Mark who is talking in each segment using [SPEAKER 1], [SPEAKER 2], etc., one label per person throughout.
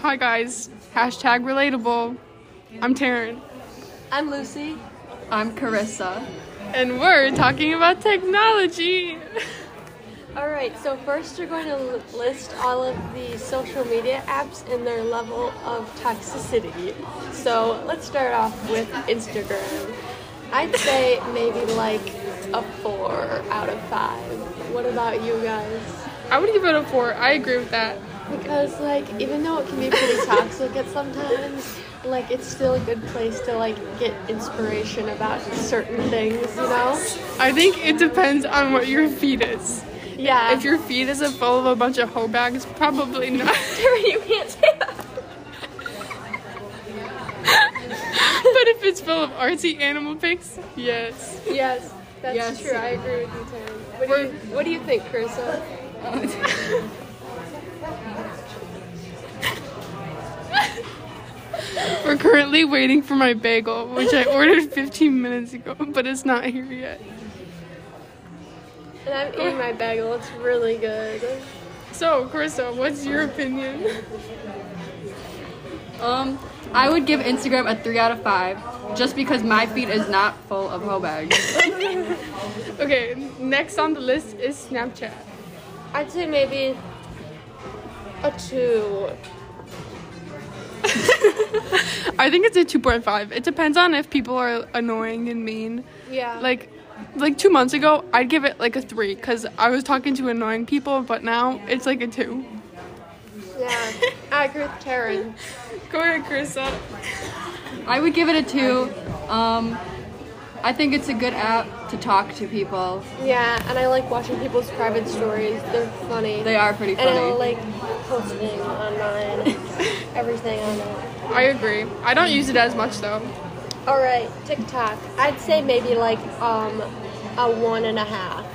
[SPEAKER 1] Hi guys. Hashtag relatable. I'm Taryn.
[SPEAKER 2] I'm Lucy. I'm Carissa.
[SPEAKER 1] And we're talking about technology.
[SPEAKER 2] All right, so first you're going to l- list all of the social media apps and their level of toxicity. So let's start off with Instagram. I'd say maybe like a four out of five. What about you guys?
[SPEAKER 1] I would give it a four. I agree with that.
[SPEAKER 2] Because like even though it can be pretty toxic at sometimes, like it's still a good place to like get inspiration about certain things, you know?
[SPEAKER 1] I think it depends on what your feed is.
[SPEAKER 2] Yeah.
[SPEAKER 1] If your feed is full of a bunch of hoe bags, probably not.
[SPEAKER 2] Darren, you can't say that.
[SPEAKER 1] but if it's full of artsy animal pics, yes.
[SPEAKER 2] Yes, that's
[SPEAKER 3] Yes.
[SPEAKER 2] true. I agree with you, Taryn. What do you, what do you think, Carissa?
[SPEAKER 1] We're currently waiting for my bagel, which I ordered 15 minutes ago, but it's not here yet.
[SPEAKER 2] And I'm eating my bagel. It's really good.
[SPEAKER 1] So, Carissa, what's your opinion?
[SPEAKER 3] Um, I would give Instagram a three out of five, just because my feed is not full of hoe bags.
[SPEAKER 1] Okay, next on the list is Snapchat.
[SPEAKER 2] I'd say maybe a two.
[SPEAKER 1] I think it's a 2.5. It depends on if people are annoying and mean.
[SPEAKER 2] Yeah.
[SPEAKER 1] Like like 2 months ago, I'd give it like a 3 cuz I was talking to annoying people, but now it's like a 2.
[SPEAKER 2] yeah. I agree with Taryn.
[SPEAKER 1] Go ahead, Carissa.
[SPEAKER 3] I would give it a two. Um, I think it's a good app to talk to people.
[SPEAKER 2] Yeah, and I like watching people's private stories. They're funny.
[SPEAKER 3] They are pretty
[SPEAKER 2] And I
[SPEAKER 3] funny.
[SPEAKER 2] like posting on mine. Everything on it.
[SPEAKER 1] I agree. I don't use it as much though.
[SPEAKER 2] All right, TikTok. I'd say maybe like um a one and a half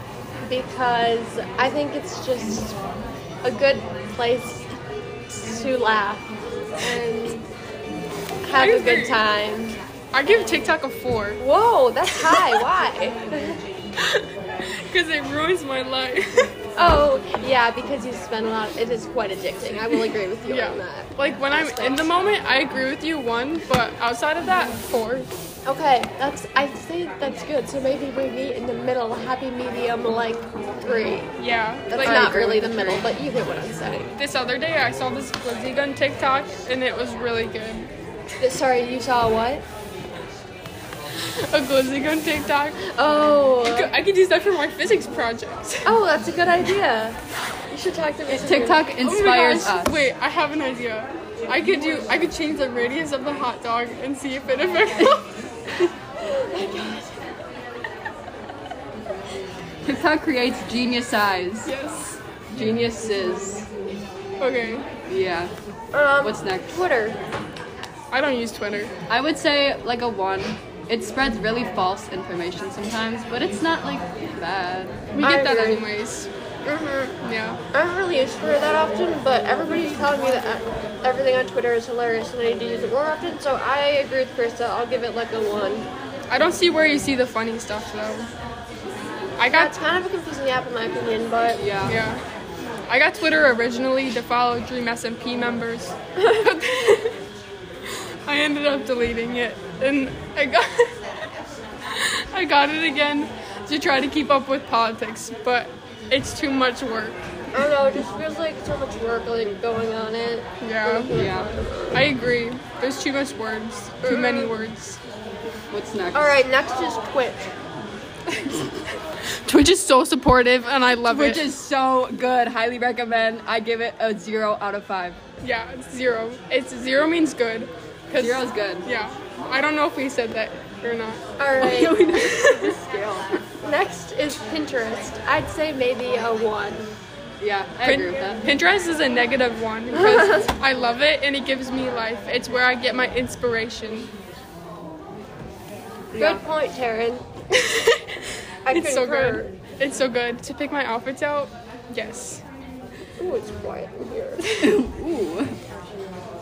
[SPEAKER 2] because I think it's just a good place to laugh and have a good time.
[SPEAKER 1] I give TikTok a 4
[SPEAKER 2] Whoa, that's high. Why?
[SPEAKER 1] cuz it ruins my life.
[SPEAKER 2] Oh, yeah, because you spend a lot. It is quite addicting. I will agree with you
[SPEAKER 1] yeah.
[SPEAKER 2] on that.
[SPEAKER 1] Like when I'm in the moment, I agree with you 1, but outside of that, 4.
[SPEAKER 2] Okay, that's. I think that's good. So maybe we meet in the middle, happy medium, like three.
[SPEAKER 1] Yeah.
[SPEAKER 2] That's not really the middle, but you get what I'm saying.
[SPEAKER 1] This other day, I saw this glizzy gun TikTok, and it was really good.
[SPEAKER 2] Th- Sorry, you saw what?
[SPEAKER 1] A glizzy gun TikTok.
[SPEAKER 2] Oh.
[SPEAKER 1] I could use that for my physics project.
[SPEAKER 2] Oh, that's a good idea. You should talk to me. soon.
[SPEAKER 3] TikTok
[SPEAKER 1] Oh my
[SPEAKER 3] inspires
[SPEAKER 1] gosh.
[SPEAKER 3] us.
[SPEAKER 1] Wait, I have an idea. I could do. I could change the radius of the hot dog and see if it affects.
[SPEAKER 3] TikTok creates genius eyes,
[SPEAKER 1] yes.
[SPEAKER 3] geniuses.
[SPEAKER 1] Okay.
[SPEAKER 3] Yeah.
[SPEAKER 2] Um,
[SPEAKER 3] What's next?
[SPEAKER 2] Twitter.
[SPEAKER 1] I don't use Twitter.
[SPEAKER 3] I would say like a one. It spreads really false information sometimes, but it's not like bad.
[SPEAKER 1] We
[SPEAKER 2] I
[SPEAKER 1] get that
[SPEAKER 2] agree.
[SPEAKER 1] anyways. Yeah.
[SPEAKER 2] I don't Mm-hmm. really use Twitter that often, but everybody's telling me that uh, everything on Twitter is hilarious and I need to use it more often. So I agree with Krista. I'll give it like a one.
[SPEAKER 1] I don't see where you see the funny stuff though. I got.
[SPEAKER 2] That's kind of a confusing app in my opinion, but
[SPEAKER 3] Yeah.
[SPEAKER 1] Yeah. I got Twitter originally to follow Dream SMP members. I ended up deleting it and I got I got it again to try to keep up with politics, but it's too much work.
[SPEAKER 2] I don't know. It just feels like so much work like going on it.
[SPEAKER 1] Yeah.
[SPEAKER 3] Yeah.
[SPEAKER 1] I agree. There's too much words. Too many words.
[SPEAKER 3] What's next?
[SPEAKER 2] All right, next is Twitch.
[SPEAKER 1] Twitch is so supportive and I love
[SPEAKER 3] Which
[SPEAKER 1] it.
[SPEAKER 3] is so good. Highly recommend. I give it a zero out of five.
[SPEAKER 1] yeah, it's zero. It's zero means good. 'cause-
[SPEAKER 3] Zero is good.
[SPEAKER 1] Yeah. I don't know if we said that or not.
[SPEAKER 2] All right.
[SPEAKER 3] Scale.
[SPEAKER 2] Next is Pinterest. I'd say maybe a one.
[SPEAKER 3] Yeah, I agree with that.
[SPEAKER 1] Pinterest is a negative one because I love it and it gives me life. It's where I get my inspiration.
[SPEAKER 2] Good point, Taryn. I
[SPEAKER 1] It's so
[SPEAKER 2] concur.
[SPEAKER 1] good. It's so good to pick my outfits out. Yes.
[SPEAKER 2] Ooh, it's quiet in here.
[SPEAKER 3] Ooh.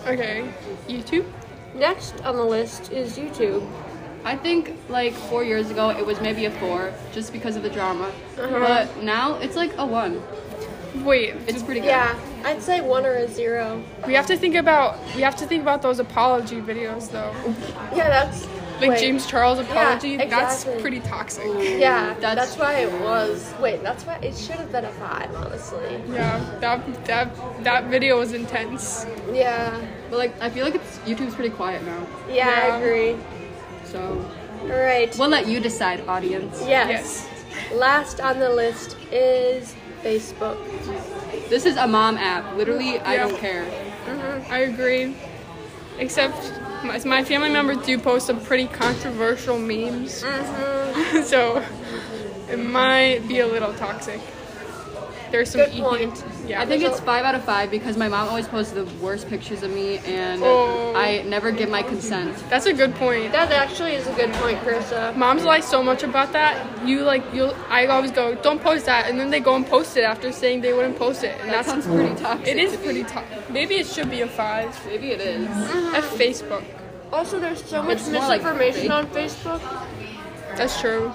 [SPEAKER 1] Okay. YouTube.
[SPEAKER 2] Next on the list is YouTube.
[SPEAKER 3] I think like four years ago it was maybe a four just because of the drama. But now it's like a one.
[SPEAKER 1] Wait,
[SPEAKER 3] It's pretty good.
[SPEAKER 2] Yeah, I'd say one or a zero.
[SPEAKER 1] we have to think about we have to think about those apology videos though.
[SPEAKER 2] Yeah, that's
[SPEAKER 1] Like
[SPEAKER 2] wait.
[SPEAKER 1] James Charles apology,
[SPEAKER 2] exactly.
[SPEAKER 1] that's pretty toxic.
[SPEAKER 2] Yeah,
[SPEAKER 3] That's-
[SPEAKER 2] that's, why it was. Wait, that's why it should have been a five, honestly.
[SPEAKER 1] Yeah, that that that video was intense.
[SPEAKER 2] Yeah,
[SPEAKER 3] But like, I feel like it's YouTube's pretty quiet now.
[SPEAKER 2] yeah,
[SPEAKER 1] Yeah.
[SPEAKER 2] I agree.
[SPEAKER 3] So
[SPEAKER 2] All right.
[SPEAKER 3] we'll let you decide, audience.
[SPEAKER 2] yes. Last on the list is Facebook.
[SPEAKER 3] This is a mom app. Literally, I
[SPEAKER 1] Yeah.
[SPEAKER 3] don't care. Mm-hmm.
[SPEAKER 1] Yes, I agree. Except my, my family members do post some pretty controversial memes,
[SPEAKER 2] Mm-hmm.
[SPEAKER 1] so it might be a little toxic. There's some
[SPEAKER 2] Good
[SPEAKER 1] eating-
[SPEAKER 2] point.
[SPEAKER 1] Yeah,
[SPEAKER 3] I think it's five out of five because my mom always posts the worst pictures of me, and
[SPEAKER 1] Oh.
[SPEAKER 3] I never give my consent.
[SPEAKER 1] that's a good point.
[SPEAKER 2] That actually is a good point, Carissa.
[SPEAKER 1] Moms lie so much about that. You like you. I always go, don't post that, and then they go and post it after saying they wouldn't post it, and
[SPEAKER 3] That
[SPEAKER 1] that's
[SPEAKER 3] sounds pretty toxic.
[SPEAKER 1] it is
[SPEAKER 3] to me.
[SPEAKER 1] pretty tough. Maybe it should be a five.
[SPEAKER 3] Maybe it is.
[SPEAKER 1] At Facebook,
[SPEAKER 2] Also, there's so much
[SPEAKER 3] It's more like
[SPEAKER 2] misinformation
[SPEAKER 3] fake.
[SPEAKER 2] on Facebook.
[SPEAKER 1] that's true.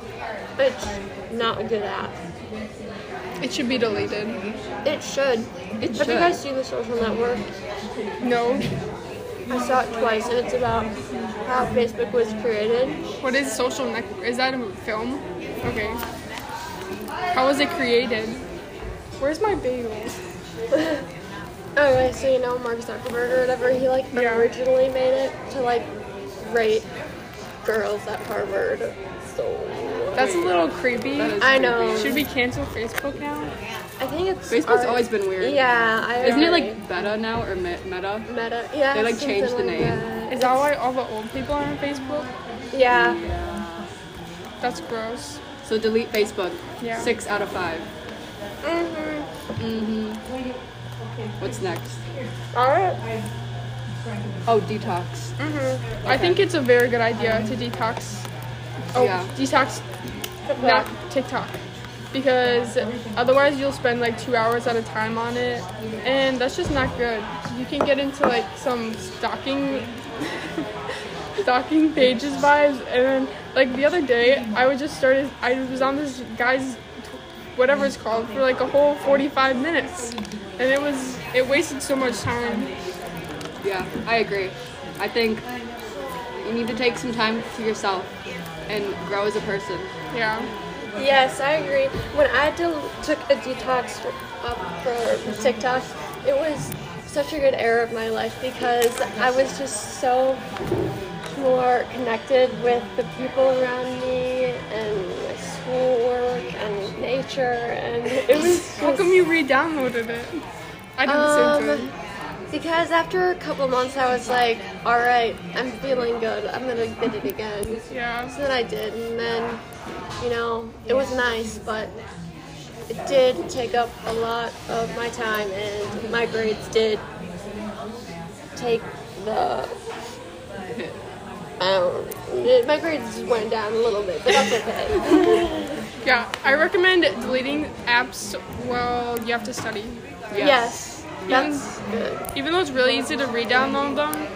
[SPEAKER 2] It's not a good app.
[SPEAKER 1] It should be deleted.
[SPEAKER 2] It should.
[SPEAKER 3] It
[SPEAKER 2] Have
[SPEAKER 3] should.
[SPEAKER 2] you guys seen the social network?
[SPEAKER 1] No.
[SPEAKER 2] I saw it twice, and it's about how Facebook was created.
[SPEAKER 1] What is social neck? Is that a film? Okay. How was it created? Where's my bagel?
[SPEAKER 2] Okay, so Oh, you know Mark Zuckerberg or whatever, he like
[SPEAKER 1] Yeah.
[SPEAKER 2] originally made it to like rate girls at Harvard. So
[SPEAKER 1] That's a little creepy.
[SPEAKER 3] That is
[SPEAKER 2] I
[SPEAKER 3] creepy.
[SPEAKER 2] know.
[SPEAKER 1] should we cancel Facebook now?
[SPEAKER 2] I think it's
[SPEAKER 3] Facebook's
[SPEAKER 2] already-
[SPEAKER 3] always been weird.
[SPEAKER 2] Yeah, I
[SPEAKER 3] Isn't it
[SPEAKER 2] already-
[SPEAKER 3] like Beta now or Me- Meta?
[SPEAKER 2] Meta? Yeah,
[SPEAKER 3] they, like,
[SPEAKER 2] something
[SPEAKER 3] changed the
[SPEAKER 2] like
[SPEAKER 3] name.
[SPEAKER 2] that.
[SPEAKER 1] Is that why all the old people are on Facebook?
[SPEAKER 2] Yeah,
[SPEAKER 1] That's gross.
[SPEAKER 3] So delete Facebook.
[SPEAKER 1] Yeah.
[SPEAKER 3] Six out of 5 Mm-hmm. Mm-hmm. What's next?
[SPEAKER 2] all right.
[SPEAKER 3] Oh, detox.
[SPEAKER 1] I think it's a very good idea to detox. Oh,
[SPEAKER 3] Yeah.
[SPEAKER 1] detox, not TikTok, because otherwise you'll spend like two hours at a time on it, and that's just not good. You can get into like some stalking, stalking pages vibes, and then like the other day I was just started. I was on this guy's, t- whatever it's called, for like a whole 45 minutes, and it was it wasted so much time.
[SPEAKER 3] Yeah, I agree. I think you need to take some time to yourself and grow as a person.
[SPEAKER 1] Yeah.
[SPEAKER 2] Yes, I agree. When I del- took a detox for, up for TikTok, it was such a good era of my life because I was just so more connected with the people around me and my schoolwork and nature, and it was.
[SPEAKER 1] How
[SPEAKER 2] just-
[SPEAKER 1] come you re-downloaded it? I did the same
[SPEAKER 2] Um,
[SPEAKER 1] thing.
[SPEAKER 2] because after a couple months, I was like, "All right, I'm feeling good. I'm gonna get it again."
[SPEAKER 1] Yeah.
[SPEAKER 2] that I did, and then, you know, it was nice, but it did take up a lot of my time, and my grades did take the. I don't. it- My grades went down a little bit, but that's okay.
[SPEAKER 1] Yeah. I recommend deleting apps while you have to study.
[SPEAKER 2] yes. that's good.
[SPEAKER 1] Even though it's really easy to re-download them,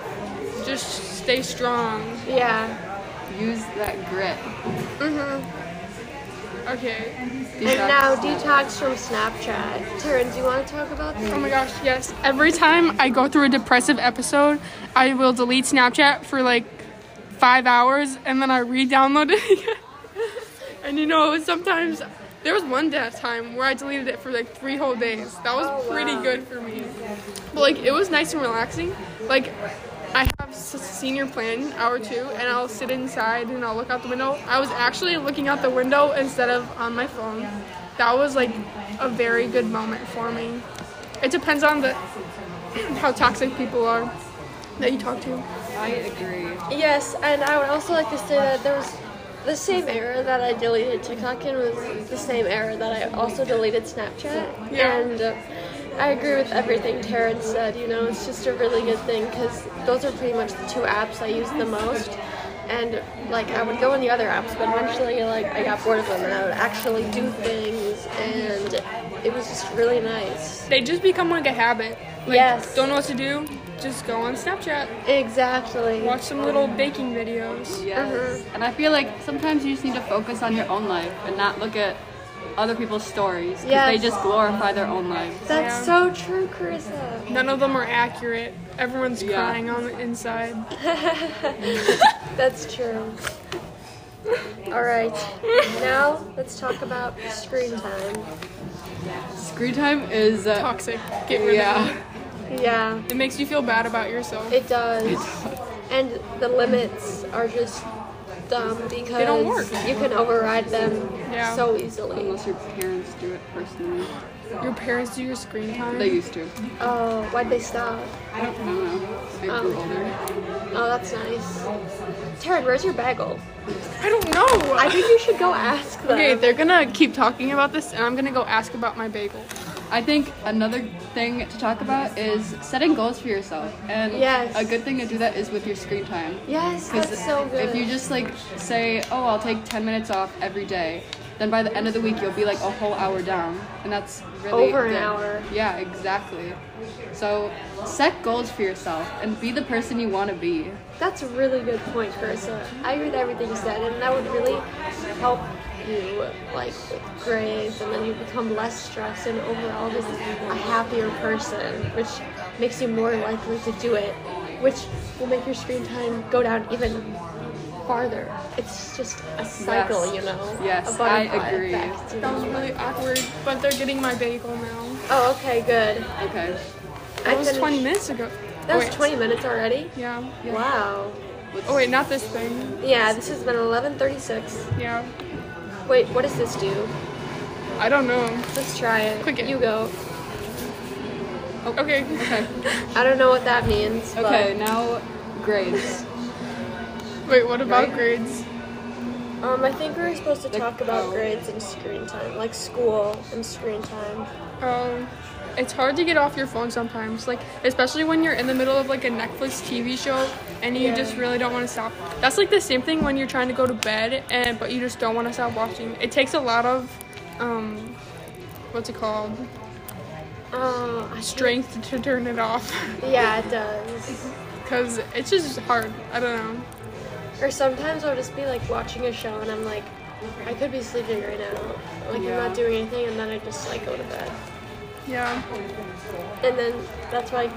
[SPEAKER 1] just stay strong.
[SPEAKER 2] Yeah.
[SPEAKER 3] Use that grit.
[SPEAKER 1] Okay.
[SPEAKER 2] And now detox from Snapchat. Taryn, do you want to talk about
[SPEAKER 1] Oh
[SPEAKER 2] that?
[SPEAKER 1] my gosh, yes. Every time I go through a depressive episode, I will delete Snapchat for like five hours and then I re-download it again. and you know, sometimes there was one da- time where I deleted it for like three whole days. That was pretty good for me. But like it was nice and relaxing. Like I have s- senior plan hour two, and I'll sit inside and I'll look out the window. I was actually looking out the window instead of on my phone. That was like a very good moment for me. It depends on the how toxic people are that you talk to.
[SPEAKER 3] I agree.
[SPEAKER 2] Yes, and I would also like to say that there was the same error that I deleted TikTok in was the same error that I also deleted Snapchat.
[SPEAKER 1] Yeah.
[SPEAKER 2] And uh, I agree with everything Taryn said. You know, it's just a really good thing because those are pretty much the two apps I use the most. And like I would go on the other apps, but eventually like I got bored of them and I would actually do things, and it was just really nice.
[SPEAKER 1] They just become like a habit. Like,
[SPEAKER 2] Yes.
[SPEAKER 1] Don't know what to do. Just go on Snapchat.
[SPEAKER 2] Exactly.
[SPEAKER 1] Watch some little baking videos.
[SPEAKER 3] Yes. And I feel like sometimes you just need to focus on your own life and not look at other people's stories because
[SPEAKER 2] Yes.
[SPEAKER 3] they just glorify their own lives.
[SPEAKER 2] That's
[SPEAKER 1] Yeah.
[SPEAKER 2] so true, Carissa.
[SPEAKER 1] None of them are accurate. Everyone's
[SPEAKER 3] Yeah.
[SPEAKER 1] crying on the inside.
[SPEAKER 2] That's true. All right. Now let's talk about screen time.
[SPEAKER 3] Screen time is uh,
[SPEAKER 1] Toxic. Get rid of
[SPEAKER 3] yeah.
[SPEAKER 1] it.
[SPEAKER 2] Yeah,
[SPEAKER 1] It makes you feel bad about yourself.
[SPEAKER 2] it does. And the limits are just dumb because
[SPEAKER 1] don't work.
[SPEAKER 2] you can override them
[SPEAKER 1] Yeah.
[SPEAKER 2] so easily.
[SPEAKER 3] Unless your parents do it personally,
[SPEAKER 1] Your parents do your screen time.
[SPEAKER 3] they used to.
[SPEAKER 2] Oh, why'd they stop?
[SPEAKER 3] I don't know. I
[SPEAKER 2] Um,
[SPEAKER 3] grew older.
[SPEAKER 2] Oh, that's nice. Taryn, where's your bagel?
[SPEAKER 1] I don't know.
[SPEAKER 2] I think you should go ask them.
[SPEAKER 1] okay, they're gonna keep talking about this, and I'm gonna go ask about my bagel.
[SPEAKER 3] I think another thing to talk about is setting goals for yourself, and
[SPEAKER 2] Yes.
[SPEAKER 3] a good thing to do that is with your screen time.
[SPEAKER 2] yes,
[SPEAKER 3] 'Cause
[SPEAKER 2] that's so good.
[SPEAKER 3] If you just like say, "Oh, I'll take 10 minutes off every day," then by the end of the week you'll be like a whole hour down, and that's really
[SPEAKER 2] Over an
[SPEAKER 3] good.
[SPEAKER 2] hour.
[SPEAKER 3] Yeah, exactly. So set goals for yourself and be the person you want to be.
[SPEAKER 2] That's a really good point, Carissa. I agree with everything you said, and that would really help you, like, with grades, and then you become less stressed and overall just a happier person, which makes you more likely to do it, which will make your screen time go down even farther. It's just a cycle,
[SPEAKER 3] Yes.
[SPEAKER 2] you know?
[SPEAKER 3] Yes,
[SPEAKER 2] a butterfly
[SPEAKER 3] I agree.
[SPEAKER 2] effect, you
[SPEAKER 1] That was
[SPEAKER 2] know?
[SPEAKER 1] really awkward, but they're getting my bagel now.
[SPEAKER 2] Oh, okay, good.
[SPEAKER 3] Okay,
[SPEAKER 2] I
[SPEAKER 1] That was
[SPEAKER 2] finished-
[SPEAKER 1] 20 minutes ago. Oh,
[SPEAKER 2] That was
[SPEAKER 1] Wait.
[SPEAKER 2] 20 minutes already?
[SPEAKER 1] Yeah.
[SPEAKER 2] Wow.
[SPEAKER 1] Oh wait, not this thing.
[SPEAKER 2] Yeah, this has been 1136.
[SPEAKER 1] Yeah.
[SPEAKER 2] Wait, what does this do?
[SPEAKER 1] I don't know.
[SPEAKER 2] Let's try it.
[SPEAKER 1] Click it.
[SPEAKER 2] You go.
[SPEAKER 1] Okay.
[SPEAKER 3] okay,
[SPEAKER 2] I don't know what that means. but-
[SPEAKER 3] okay. Now grades.
[SPEAKER 1] Wait, what about
[SPEAKER 3] Right?
[SPEAKER 1] grades?
[SPEAKER 2] Um, I think we were supposed to
[SPEAKER 3] Like,
[SPEAKER 2] talk about
[SPEAKER 3] oh.
[SPEAKER 2] grades and screen time, like school and screen time.
[SPEAKER 1] Um, it's hard to get off your phone sometimes, like especially when you're in the middle of like a Netflix TV show and you
[SPEAKER 2] Yeah.
[SPEAKER 1] just really don't want to stop. That's like the same thing when you're trying to go to bed and but you just don't want to stop watching. It takes a lot of um what's it called?
[SPEAKER 2] Uh, I-
[SPEAKER 1] Strength to turn it off
[SPEAKER 2] yeah, it does.
[SPEAKER 1] cuz it's just hard. I don't know.
[SPEAKER 2] Or sometimes I'll just be like watching a show and I'm like, I could be sleeping right now. Like I'm
[SPEAKER 3] Yeah.
[SPEAKER 2] not doing anything, and then I just like go to bed.
[SPEAKER 1] Yeah.
[SPEAKER 2] And then that's why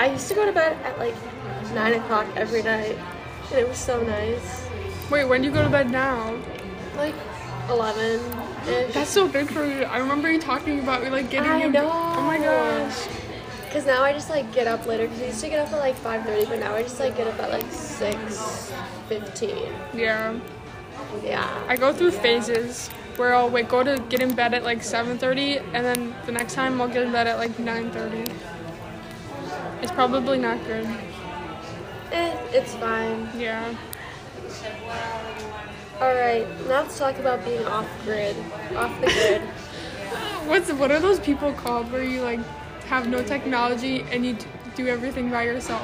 [SPEAKER 2] I used to go to bed at like nine o'clock every night, and it was so nice.
[SPEAKER 1] Wait, when do you go to bed now?
[SPEAKER 2] Like eleven.
[SPEAKER 1] That's so good for you. I remember you talking about you like getting
[SPEAKER 2] I
[SPEAKER 1] your-
[SPEAKER 2] know.
[SPEAKER 1] Oh my gosh.
[SPEAKER 2] Cause now I just like get up later. Cause I used to get up at like five thirty, but now I just like get up at like six fifteen.
[SPEAKER 1] Yeah.
[SPEAKER 2] Yeah.
[SPEAKER 1] I go through phases where I'll wait, go to get in bed at like 7:30, and then the next time I'll get in bed at like 9:30. It's probably not good.
[SPEAKER 2] Eh, it's fine.
[SPEAKER 1] Yeah.
[SPEAKER 2] All right. Now let's talk about being off grid, off the grid.
[SPEAKER 1] What's what are those people called where you like have no technology and you d- do everything by yourself?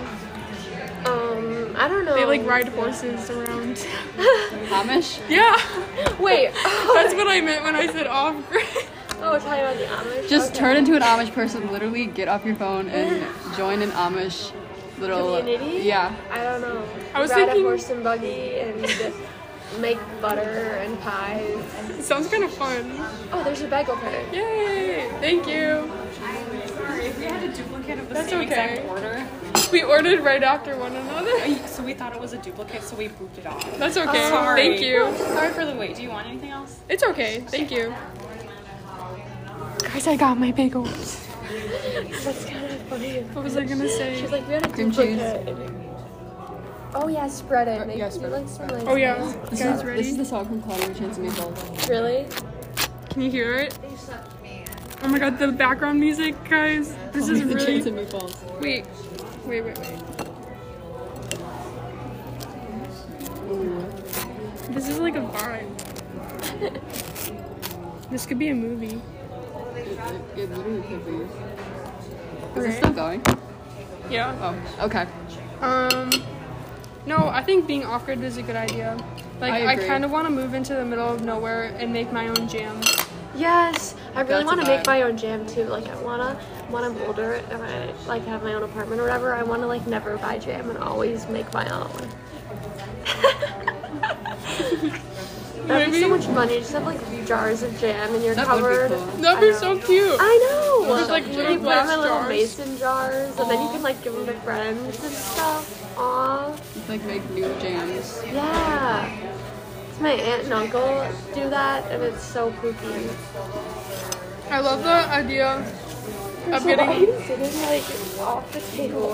[SPEAKER 2] um, I don't know.
[SPEAKER 1] They like ride horses around.
[SPEAKER 3] Amish.
[SPEAKER 1] yeah,
[SPEAKER 2] Wait.
[SPEAKER 1] that's what I meant when I said off grid.
[SPEAKER 2] Oh, we're talking about the Amish.
[SPEAKER 3] Just
[SPEAKER 2] Okay.
[SPEAKER 3] turn into an Amish person. Literally, get off your phone and join an Amish little
[SPEAKER 2] Community?
[SPEAKER 3] Yeah.
[SPEAKER 2] I don't know.
[SPEAKER 1] I was
[SPEAKER 2] Ride
[SPEAKER 1] thinking-
[SPEAKER 2] a horse and buggy and make butter and pies.
[SPEAKER 1] It sounds kind of fun.
[SPEAKER 2] Oh, there's a bagel pan.
[SPEAKER 1] Yay! Thank you.
[SPEAKER 4] Sorry, if we had a duplicate of the
[SPEAKER 1] That's
[SPEAKER 4] same
[SPEAKER 1] okay.
[SPEAKER 4] exact order, Uh,
[SPEAKER 1] We ordered right after one another.
[SPEAKER 4] so we thought it was a duplicate, so we booped it off.
[SPEAKER 1] That's okay.
[SPEAKER 4] Sorry.
[SPEAKER 1] Thank you.
[SPEAKER 4] Sorry for the wait. Do you want anything else?
[SPEAKER 1] It's okay. Thank you. Guys, I got my bagels.
[SPEAKER 2] That's kind of funny.
[SPEAKER 1] What was I gonna say?
[SPEAKER 2] She's like, we had a
[SPEAKER 3] Cream cheese.
[SPEAKER 2] duplicate. Oh yeah, spread it. Make,
[SPEAKER 3] yeah, spread
[SPEAKER 2] like some like
[SPEAKER 1] Oh yeah. Guys,
[SPEAKER 3] This is
[SPEAKER 1] ready?
[SPEAKER 3] the song from Cloudy and Chance Meatballs.
[SPEAKER 2] Really?
[SPEAKER 1] Can you hear it? Oh my god, the background music, guys. This is
[SPEAKER 3] Oh, the Chance
[SPEAKER 1] really.
[SPEAKER 3] and Meatballs.
[SPEAKER 1] Wait, wait, wait, wait. This is like a vibe. this could be a movie.
[SPEAKER 3] It, it literally could be. Is
[SPEAKER 1] Right.
[SPEAKER 3] it still going?
[SPEAKER 1] Yeah.
[SPEAKER 3] Oh, okay.
[SPEAKER 1] Um. No, I think being off grid is a good idea. Like,
[SPEAKER 3] I
[SPEAKER 1] I,
[SPEAKER 3] agree.
[SPEAKER 1] kind of want to move into the middle of nowhere and make my own jam.
[SPEAKER 2] Yes. I really
[SPEAKER 3] That's a
[SPEAKER 2] want to make
[SPEAKER 3] vibe.
[SPEAKER 2] my own jam too. Like I wanna when I'm older and I like have my own apartment or whatever, I wanna like never buy jam and always make my own. That'd be
[SPEAKER 1] Maybe.
[SPEAKER 2] so much money. Just have like jars of jam in your
[SPEAKER 3] That would be
[SPEAKER 2] cupboard.
[SPEAKER 3] cool.
[SPEAKER 1] That'd be so cute.
[SPEAKER 2] I know.
[SPEAKER 1] There's, like,
[SPEAKER 2] You
[SPEAKER 1] little
[SPEAKER 2] can put 'em
[SPEAKER 1] glass
[SPEAKER 2] in little
[SPEAKER 1] jars.
[SPEAKER 2] mason jars, and then you can like give them to friends and stuff. Aw,
[SPEAKER 3] Like make new jams.
[SPEAKER 2] yeah. So my aunt and uncle do that, and it's so kooky.
[SPEAKER 1] I love the idea of
[SPEAKER 2] So why are
[SPEAKER 1] getting.
[SPEAKER 2] you sitting like off the table?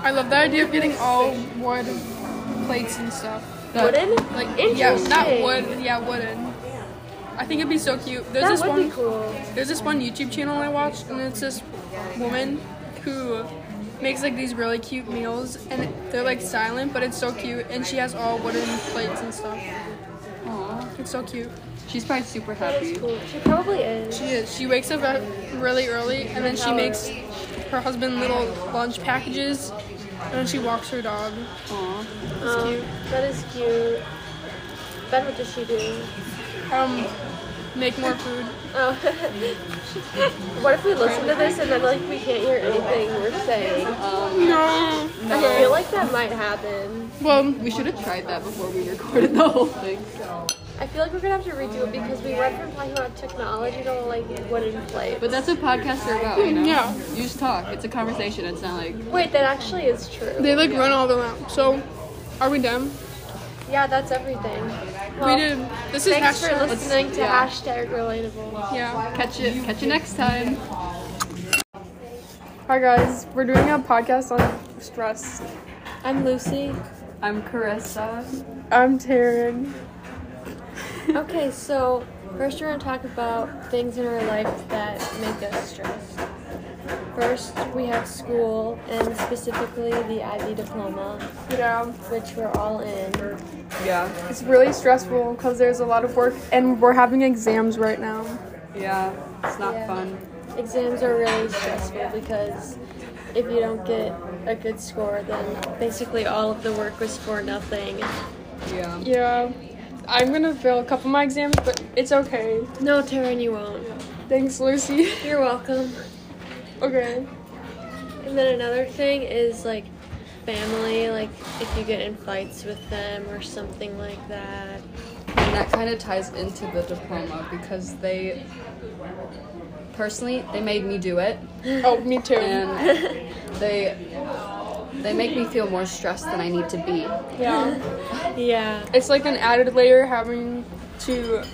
[SPEAKER 1] I love the idea of getting all wood plates and stuff.
[SPEAKER 2] Wooden?
[SPEAKER 1] Like yeah,
[SPEAKER 2] Interesting.
[SPEAKER 1] not wood. Yeah, wooden. I think it'd be so cute. There's
[SPEAKER 2] That
[SPEAKER 1] this
[SPEAKER 2] would
[SPEAKER 1] one.
[SPEAKER 2] be cool.
[SPEAKER 1] There's this one YouTube channel I watched, and it's this woman who makes like these really cute meals, and they're like silent, but it's so cute. And she has all wooden plates and stuff.
[SPEAKER 3] Aw.
[SPEAKER 1] It's so cute.
[SPEAKER 3] She's probably super happy.
[SPEAKER 2] Cool. She probably is.
[SPEAKER 1] She is. She wakes up at- really early, and then she makes her husband little lunch packages, and then she walks her dog.
[SPEAKER 3] Aw.
[SPEAKER 1] It's cute.
[SPEAKER 2] Um, That is cute. Then what does she do?
[SPEAKER 1] Um, make more food.
[SPEAKER 2] Oh. what if we listen to this and then like we can't hear anything we're saying?
[SPEAKER 1] No.
[SPEAKER 2] I feel like that might happen.
[SPEAKER 1] Well,
[SPEAKER 3] We should have tried that before we recorded the whole thing.
[SPEAKER 2] I feel like we're gonna have to redo it because we went from talking about technology to like wooden plates.
[SPEAKER 3] But that's what podcasts are about, you know?
[SPEAKER 1] Yeah.
[SPEAKER 3] You just talk. It's a conversation. It's not like
[SPEAKER 2] Wait, that actually is true.
[SPEAKER 1] they like run all around. So, are we done?
[SPEAKER 2] Yeah, that's everything.
[SPEAKER 1] We
[SPEAKER 2] Well,
[SPEAKER 1] did. This is
[SPEAKER 2] Thanks for
[SPEAKER 1] hashtag-
[SPEAKER 2] listening to
[SPEAKER 3] yeah.
[SPEAKER 2] hashtag relatable.
[SPEAKER 1] Yeah.
[SPEAKER 3] catch you catch you next time.
[SPEAKER 1] Hi guys, we're doing a podcast on stress.
[SPEAKER 2] I'm Lucy.
[SPEAKER 3] I'm Carissa.
[SPEAKER 1] I'm Taryn.
[SPEAKER 2] Okay, so first we're gonna talk about things in our life that make us stressed. First, we have school and specifically the IB diploma,
[SPEAKER 1] Yeah,
[SPEAKER 2] which we're all in.
[SPEAKER 3] Yeah.
[SPEAKER 1] it's really stressful because there's a lot of work and we're having exams right now.
[SPEAKER 3] Yeah. It's not
[SPEAKER 2] Yeah.
[SPEAKER 3] fun.
[SPEAKER 2] Exams are really stressful because if you don't get a good score, then basically all of the work was for nothing.
[SPEAKER 3] Yeah.
[SPEAKER 1] Yeah, I'm gonna fail a couple of my exams, but it's okay.
[SPEAKER 2] No, Taryn, you won't.
[SPEAKER 1] Thanks, Lucy.
[SPEAKER 2] You're welcome.
[SPEAKER 1] okay.
[SPEAKER 2] And then another thing is like family, like if you get in fights with them or something like that.
[SPEAKER 3] And that kind of ties into the diploma because they personally they made me do it
[SPEAKER 1] Oh, me too.
[SPEAKER 3] and they they make me feel more stressed than I need to be.
[SPEAKER 1] Yeah.
[SPEAKER 2] Yeah.
[SPEAKER 1] It's like an added layer having to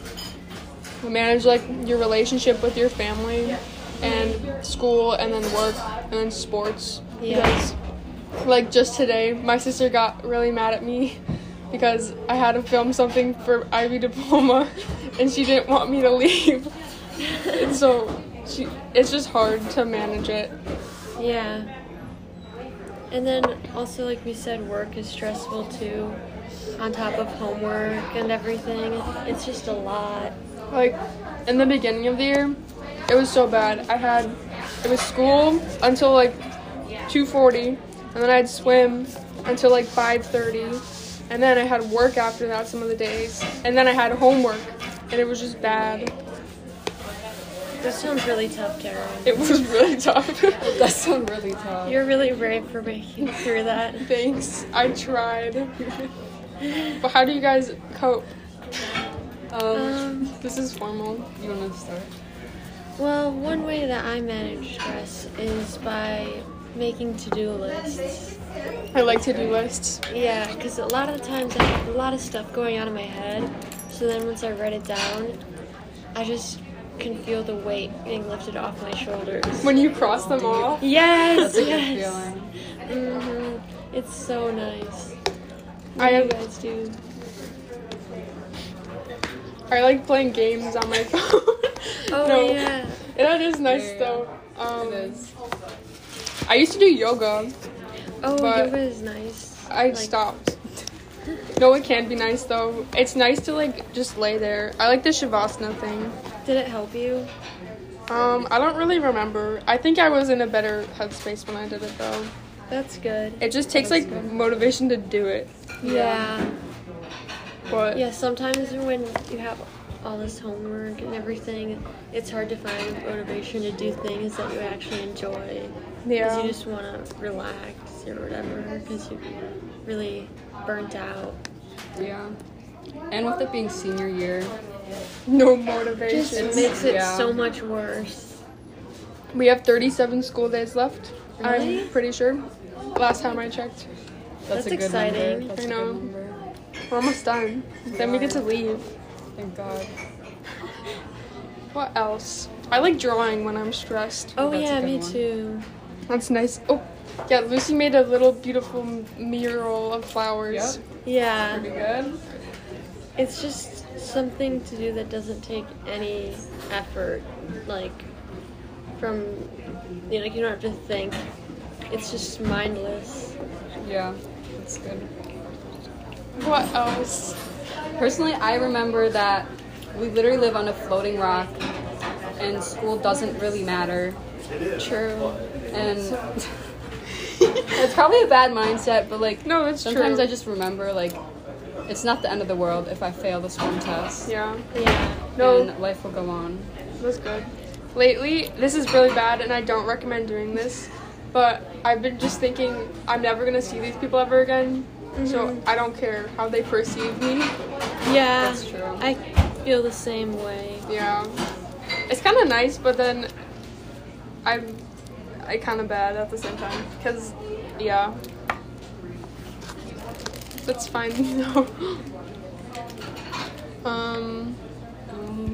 [SPEAKER 1] manage like your relationship with your family and school and then work and then sports.
[SPEAKER 2] Yeah.
[SPEAKER 1] Because like just today my sister got really mad at me because I had to film something for Ivy diploma and she didn't want me to leave. and so she it's just hard to manage it.
[SPEAKER 2] Yeah. And then also, like we said, work is stressful too, on top of homework and everything. It's just a lot.
[SPEAKER 1] Like in the beginning of the year, it was so bad. I had it was school until like 2:40, and then I'd swim until like 5:30, and then I had work after that some of the days, and then I had homework, and it was just bad.
[SPEAKER 2] That sounds really tough, Taryn.
[SPEAKER 1] It was really tough.
[SPEAKER 3] That's so really tough.
[SPEAKER 2] You're really brave for making it through that.
[SPEAKER 1] Thanks, I tried. but how do you guys cope?
[SPEAKER 3] Um,
[SPEAKER 2] Um,
[SPEAKER 1] This is formal.
[SPEAKER 3] you wanna start?
[SPEAKER 2] well, one way that I manage stress is by making to-do lists.
[SPEAKER 1] I like to do lists.
[SPEAKER 2] Yeah, because a lot of the times I have a lot of stuff going on in my head. So then once I write it down, I just can feel the weight being lifted off my shoulders.
[SPEAKER 1] When you cross them off,
[SPEAKER 2] Yes,
[SPEAKER 3] That's a good
[SPEAKER 2] yes.
[SPEAKER 3] feeling.
[SPEAKER 2] hmm It's so nice. What
[SPEAKER 1] I
[SPEAKER 2] do you
[SPEAKER 1] have-
[SPEAKER 2] guys do?
[SPEAKER 1] I like playing games on my phone.
[SPEAKER 2] Oh
[SPEAKER 1] No.
[SPEAKER 2] yeah.
[SPEAKER 1] That is nice
[SPEAKER 3] Yeah.
[SPEAKER 1] though. Um,
[SPEAKER 3] It is.
[SPEAKER 1] I used to do yoga.
[SPEAKER 2] Oh,
[SPEAKER 1] But-
[SPEAKER 2] yoga is nice.
[SPEAKER 1] I
[SPEAKER 2] Like-
[SPEAKER 1] stopped. no, it can be nice though. It's nice to like just lay there. I like the shavasana thing.
[SPEAKER 2] Did it help you?
[SPEAKER 1] Um, I don't really remember. I think I was in a better headspace when I did it though.
[SPEAKER 2] That's good.
[SPEAKER 1] It just takes like motivation to do it.
[SPEAKER 2] Yeah.
[SPEAKER 1] But
[SPEAKER 2] Yeah. Sometimes when you have all this homework and everything, it's hard to find motivation to do things that you actually enjoy. Because you
[SPEAKER 1] yeah,
[SPEAKER 2] just want to relax or whatever. Because you're really burnt out.
[SPEAKER 3] Yeah. And with it being senior year,
[SPEAKER 1] No motivation.
[SPEAKER 2] It makes it
[SPEAKER 3] Yeah.
[SPEAKER 2] so much worse.
[SPEAKER 1] We have 37 school days left. I'm pretty sure. Last time I checked.
[SPEAKER 2] That's exciting.
[SPEAKER 1] I know. We're almost done. Then we get to leave.
[SPEAKER 3] Thank God.
[SPEAKER 1] What else? I like drawing when I'm stressed.
[SPEAKER 2] Oh
[SPEAKER 3] That's a
[SPEAKER 2] yeah,
[SPEAKER 3] good
[SPEAKER 2] me
[SPEAKER 3] one.
[SPEAKER 2] too.
[SPEAKER 1] That's nice. Oh, yeah, Lucy made a little beautiful m- mural of flowers.
[SPEAKER 2] Yeah,
[SPEAKER 3] Pretty good.
[SPEAKER 2] it's just something to do that doesn't take any effort, like from you know, like you don't have to think. It's just mindless.
[SPEAKER 3] Yeah. That's good.
[SPEAKER 1] What else?
[SPEAKER 3] Personally, I remember that we literally live on a floating rock and school doesn't really matter.
[SPEAKER 2] True.
[SPEAKER 3] And it's probably a bad mindset, but like
[SPEAKER 1] No, that's
[SPEAKER 3] sometimes
[SPEAKER 1] true.
[SPEAKER 3] I just remember like it's not the end of the world if I fail this one test.
[SPEAKER 1] Yeah.
[SPEAKER 2] Yeah.
[SPEAKER 1] No,
[SPEAKER 3] And life will go on.
[SPEAKER 1] that's good. Lately, this is really bad, and I don't recommend doing this. But I've been just thinking I'm never gonna see these people ever again, so I don't care how they perceive me.
[SPEAKER 2] Yeah.
[SPEAKER 3] That's true.
[SPEAKER 2] I feel the same way.
[SPEAKER 1] Yeah, it's kind of nice, but then I'm I kind of bad at the same time because yeah, that's fine though. um,